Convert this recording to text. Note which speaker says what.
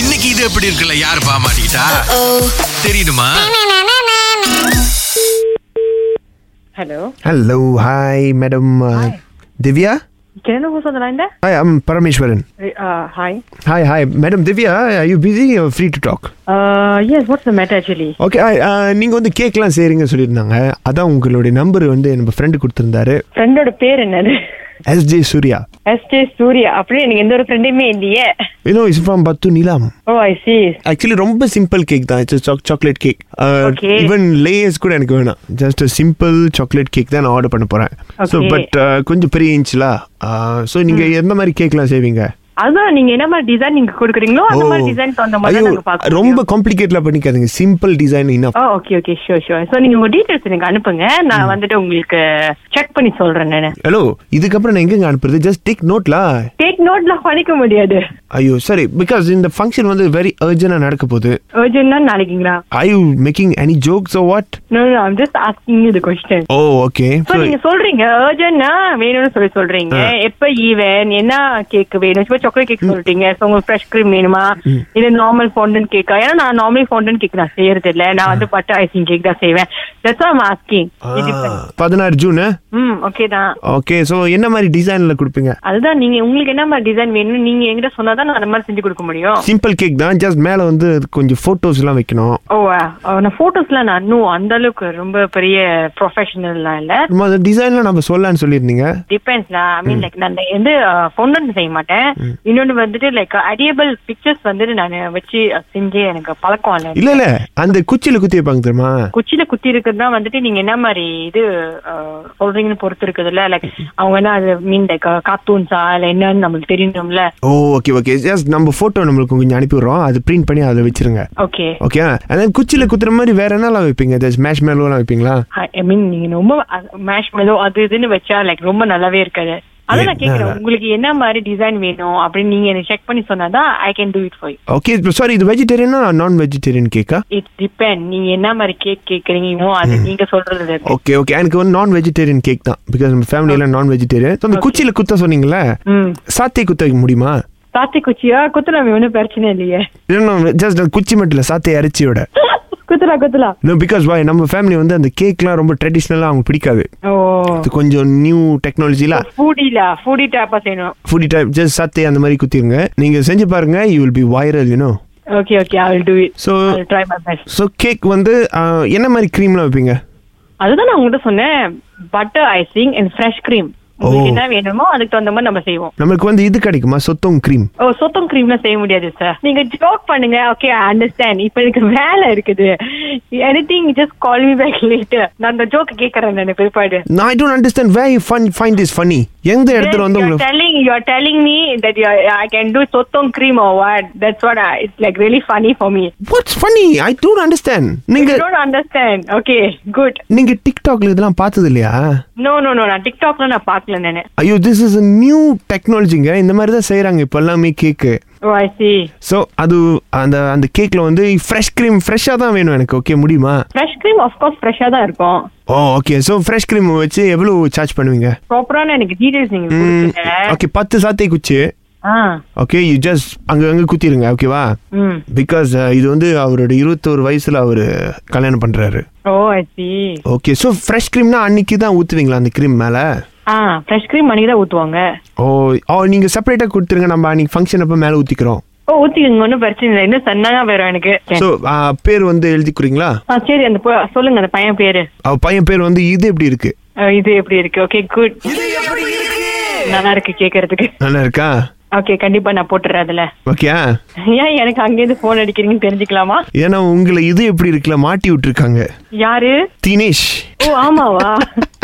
Speaker 1: இன்னைக்கு இது எப்படி இருக்குல்ல யாரு பாமாட்டா தெரியுமா
Speaker 2: Hello. uh,
Speaker 3: hello hi madam Divya
Speaker 2: Can I know who's on the line there?
Speaker 3: Hi I'm Parameswaran
Speaker 2: Uh, hi.
Speaker 3: Hi hi madam Divya are you busy free to talk
Speaker 2: Uh, yes, what's the matter actually?
Speaker 3: Okay நீங்கள் uh, வந்து கேக்லாம் செய்கிறீங்கன்னு சொல்லியிருந்தாங்க அதான் உங்களுடைய number வந்து நம்ம friend கொடுத்துருந்தாரு
Speaker 2: ஃப்ரெண்டோட பேர் என்னது
Speaker 3: எஸ்ஜே சூர்யா
Speaker 2: எஸ்டே சூர்யா அப்படியே எனக்கு எந்த ஒரு ஃப்ரெண்டுமே இல்லையே
Speaker 3: இன்னும் இஸ் ஃப்ரம் பத்து நீலாம்
Speaker 2: ஓ ஐ சி
Speaker 3: ஆக்சுவலி ரொம்ப சிம்பிள் கேக் தான் it's choc chocolate cake
Speaker 2: Okay.
Speaker 3: Even layers Uh, கூட எனக்கு வேணாம் ஜஸ்ட் சிம்பிள் சாக்லேட் கேக் தான் நான் ஆர்டர் பண்ண போகிறேன் ஸோ
Speaker 2: Okay.
Speaker 3: பட் uh, கொஞ்சம் பெரிய இன்ச்சிலா ஸோ நீங்கள் எந்த மாதிரி கேக்லாம் செய்வீங்க
Speaker 2: அதான் நீங்க என்ன மாதிரி டிசைன் நீங்க கொடுக்குறீங்களோ அந்த மாதிரி டிசைன் தகுந்த மாதிரி
Speaker 3: ஐயோ,
Speaker 2: தான் நாங்க Oh, பாக்கோம்
Speaker 3: ரொம்ப காம்ப்ளிகேட்லாம் பண்ணிக்காதீங்க சிம்பிள் டிசைன் இன்னும்
Speaker 2: oh okay okay sure sure so நீங்க உங்க டீடைல்ஸ் எனக்கு அனுப்புங்க நான் வந்துட்டு உங்களுக்கு செக் பண்ணி சொல்றேன் நான்
Speaker 3: ஹலோ இதுக்கப்புறம் நான் எங்கெங்க அனுப்புறது ஜஸ்ட் டேக் நோட்லா
Speaker 2: டேக் நோட்லாம் பண்ணிக்க முடியாது
Speaker 3: ஐயோ சரி பிகாஸ் இந்த ஃபங்க்ஷன் வந்து வெரி அர்ஜென்டா நடக்க போகுது
Speaker 2: urgentனா நாளைக்குங்களா
Speaker 3: are you making any jokes oh what
Speaker 2: no no I'm just asking இது கொஸ்டின்
Speaker 3: ஓ ஓகே
Speaker 2: இப்போ நீங்க சொல்றீங்க அர்ஜென்ட்னா வேணும்னு சொல்லி சொல்றீங்க எப்ப ஈவன் என்ன கேக் வேணும் இப்போ சாக்லேட் கேக் சொல்றீங்க ஸோ உங்களுக்கு ஃப்ரெஷ் க்ரீம் வேணுமா இல்ல நார்மல் ஃபவுண்டன் கேக்கா ஏன்னா நான் நார்மலி ஃபவுண்டன் கேக் நான் செய்யறது இல்ல நான் வந்து பட்டர் ஐசிங் கேக் தான் செய்வேன் தட்ஸ் ஐம் ஆஸ்கிங்
Speaker 3: பதினாறு ஜூன்
Speaker 2: ம் ஓகே தான்
Speaker 3: ஓகே ஸோ என்ன மாதிரி டிசைன்ல கொடுப்பீங்க
Speaker 2: அதுதான் நீங்க உங்களுக்கு என்ன மாதிரி டிசைன் வேணும் நீங்க என்கிட்ட சொன்னாதான் நான் அந்த மாதிரி செஞ்சு கொடுக்க முடியும்
Speaker 3: சிம்பிள் கேக் தான் ஜஸ்ட் மேல வந்து கொஞ்சம் போட்டோஸ் எல்லாம் வைக்கணும்
Speaker 2: ஓ Oh, ஆ. ஓ, நான் போட்டோஸ்லாம் நான் இன்னும் அந்த அளவுக்கு ரொம்ப பெரிய ப்ரொஃபஷனல்லாம் இல்ல
Speaker 3: நம்ம அந்த டிசைன்லாம் நம்ம சொல்லலாம்னு சொல்லியிருந்தீங்க
Speaker 2: டிபெண்ட்ஸ் ஐ மீன் லைக் நான் வந்து பொண்ணுன்னு செய்ய மாட்டேன் இன்னொன்னு வந்துட்டு லைக் அடியபிள் பிக்சர்ஸ் வந்துட்டு நான் வச்சு அஹ், செஞ்சு எனக்கு பழக்கம் இல்லை
Speaker 3: இல்ல இல்ல அந்த குச்சியில குத்தி வைப்பாங்க தெரியுமா
Speaker 2: குச்சியில குத்தி இருக்குதுன்னா வந்துட்டு நீங்க என்ன மாதிரி இது அஹ், சொல்றீங்கன்னு பொறுத்து இருக்குதுல்ல லைக் அவங்க என்ன அது மீன் லைக் கார்ட்டூன்ஸா uh, இல்ல என்னன்னு நம்மளுக்கு தெரியணும்ல
Speaker 3: ஓ ஓகே ஓகே ஜஸ்ட் நம்ம போட்டோ நம்மளுக்கு கொஞ்சம் அனுப்பிடுறோம் அது பிரிண்ட் பண்ணி அதில் வச்சிருங்க
Speaker 2: ஓகே
Speaker 3: ஓகே அண்ட் தென் குச்சியில் குத்துற மாதிரி வேற என்னலாம் வைப்பீங்க ஜஸ்ட் மேஷ் மேலோலாம் வைப்பீங்களா
Speaker 2: ஐ மீன் நீங்க ரொம்ப மேஷ் மேலோ அது இதுன்னு வச்சா லைக் ரொம்ப நல்லாவே இருக்காது அதான் நான் கேக்குறேன் உங்களுக்கு என்ன மாதிரி டிசைன் வேணும் அப்படின்னு நீங்க எனக்கு செக் பண்ணி சொன்னாதான் I can do it for
Speaker 3: okay sorry இது வெஜிடேரியனா நான் வெஜிடேரியன் கேக்கா
Speaker 2: இட் டிபெண்ட் நீங்க என்ன மாதிரி கேக் கேக்குறீங்களோ அது நீங்க சொல்றது இருக்கு.
Speaker 3: ஓகே ஓகே எனக்கு வந்து நான் வெஜிடேரியன் கேக் தான் பிகாஸ் நம்ம ஃபேமிலியில நான் வெஜிடேரியன் ஸோ அந்த குச்சியில் குத்த சொன்னீங்களே
Speaker 2: ம்
Speaker 3: சாத்தை குத்த வைக்க முடியுமா
Speaker 2: சாத்தி குச்சியா குத்துலாம் ஒன்றும் பிரச்சனை இல்லையே
Speaker 3: இல்லைன்னா ஜஸ்ட் அந்த குச்சி மட்டும் இல்லை சாத்தை அரைச்சியோட
Speaker 2: குத்துலாம் குத்துலாம்
Speaker 3: நோ பிகாஸ் வாய் நம்ம ஃபேமிலி வந்து அந்த கேக்லாம் ரொம்ப ட்ரெடிஷ்னலாக அவங்க பிடிக்காது
Speaker 2: ஓ
Speaker 3: இது கொஞ்சம் நியூ டெக்னாலஜில
Speaker 2: ஃபூடில ஃபூடி டேப்பா செய்யணும்
Speaker 3: ஃபுடி டைப் ஜஸ்ட் சாத்தை அந்த மாதிரி குத்திருங்க நீங்க செஞ்சு பாருங்க you will be viral you know
Speaker 2: okay okay I will do it
Speaker 3: So-
Speaker 2: I try my best
Speaker 3: so cake வந்து ஆ, என்ன மாதிரி க்ரீம்லாம் வைப்பீங்க
Speaker 2: அதுதான் நான் உங்ககிட்ட சொன்னேன் butter icing and fresh cream உங்களுக்கு என்ன வேணுமோ அதுக்கு தகுந்த மாதிரி நம்ம செய்வோம்
Speaker 3: நம்மளுக்கு வந்து இது கிடைக்குமா சொத்தம் க்ரீம்
Speaker 2: ஓ சொத்தம் கிரீம்லாம் செய்ய முடியாது சார் நீங்க ஜோக் பண்ணுங்க ஓகே அண்டர்ஸ்டாண்ட் இப்போ எனக்கு வேலை இருக்குது anything just call me back later நான் அந்த ஜோக் கேக்குறேன் நான் பிற்பாடு
Speaker 3: நான் I don't understand way you fun find is funny எந்த இடத்துல வந்து
Speaker 2: you're
Speaker 3: உங்களுக்கு
Speaker 2: telling you're telling me that you are, I can do sotong cream or what? That's what I, it's like really funny for me.
Speaker 3: What's funny I don't understand நீங்க
Speaker 2: You don't understand. Okay, good.
Speaker 3: நீங்க டிக்டாக்ல இதெல்லாம் பார்த்தது இல்லையா
Speaker 2: No, no, no. நான் டிக்டாக்ல நான் பார்க்கல நானு.
Speaker 3: ஐயோ திஸ் இஸ் நியூw டெக்னாலஜிங்க இந்த மாதிரி தான் செய்றாங்க இப்போ எல்லாமே cake
Speaker 2: oh I see
Speaker 3: so அது அந்த அந்த கேக்ல வந்து ஃப்ரெஷ் க்ரீம் ஃப்ரெஷ்ஷாக தான் வேணும் எனக்கு ஓகே முடியுமா Oh,
Speaker 2: fresh cream of course ஃப்ரெஷ்ஷா தான் இருக்கும்.
Speaker 3: Oh okay so fresh cream வச்சு எவ்வளோ சார்ஜ் பண்ணுவீங்க
Speaker 2: ப்ராப்பரான எனக்கு டீடைல்ஸ் நீங்க கொடுத்துருங்க.
Speaker 3: ஓகே பத்து சாத்தை குச்சி
Speaker 2: ஆ.
Speaker 3: ஓகே யூ ஜஸ்ட் அங்கங்க குத்திடுங்க ஓகேவா
Speaker 2: ம்.
Speaker 3: பிகாஸ் uh, இது வந்து அவரோட இருபத்தோரு வயசுல அவரு கல்யாணம் பண்றாரு
Speaker 2: oh I see.
Speaker 3: Okay so fresh க்ரீம்னா அன்னைக்கு தான் ஊற்றுவீங்களா அந்த க்ரீம் மேல
Speaker 2: ஆ, ஃப்ரெஷ் க்ரீம் மணிக்கு தான் ஊத்துவாங்க.
Speaker 3: ஓ ஓ நீங்க செப்பரேட்டா கொடுத்துருங்க நம்ம அன்னைக்கு ஃபங்க்ஷன் அப்போ மேல ஊத்திக்கிறோம்
Speaker 2: ஓ ஊத்திக்கங்க ஒன்றும் பிரச்சனை இல்லை. இன்னும் சன்னாக வரும் எனக்கு.
Speaker 3: ஸோ பேர் வந்து எழுதி கொடுறீங்களா
Speaker 2: ஆ சரி அந்த பொ- சொல்லுங்க அந்த பையன் பேரு
Speaker 3: அவ பையன் பேர் வந்து இது எப்படி இருக்கு
Speaker 2: ஆ, இது எப்படி இருக்கு ஓகே குட் நல்லா இருக்கு கேக்குறதுக்கு
Speaker 3: நல்லா இருக்கா
Speaker 2: ஓகே கண்டிப்பா நான் போட்டுறேன் அதுல
Speaker 3: ஓகே
Speaker 2: ஏன் எனக்கு அங்கேருந்து போன் அடிக்கிறீங்கன்னு தெரிஞ்சுக்கலாமா
Speaker 3: ஏன்னா உங்களை இது எப்படி இருக்குல்ல மாட்டி விட்டுருக்காங்க
Speaker 2: யாரு
Speaker 3: தினேஷ்
Speaker 2: ஓ ஆமாவா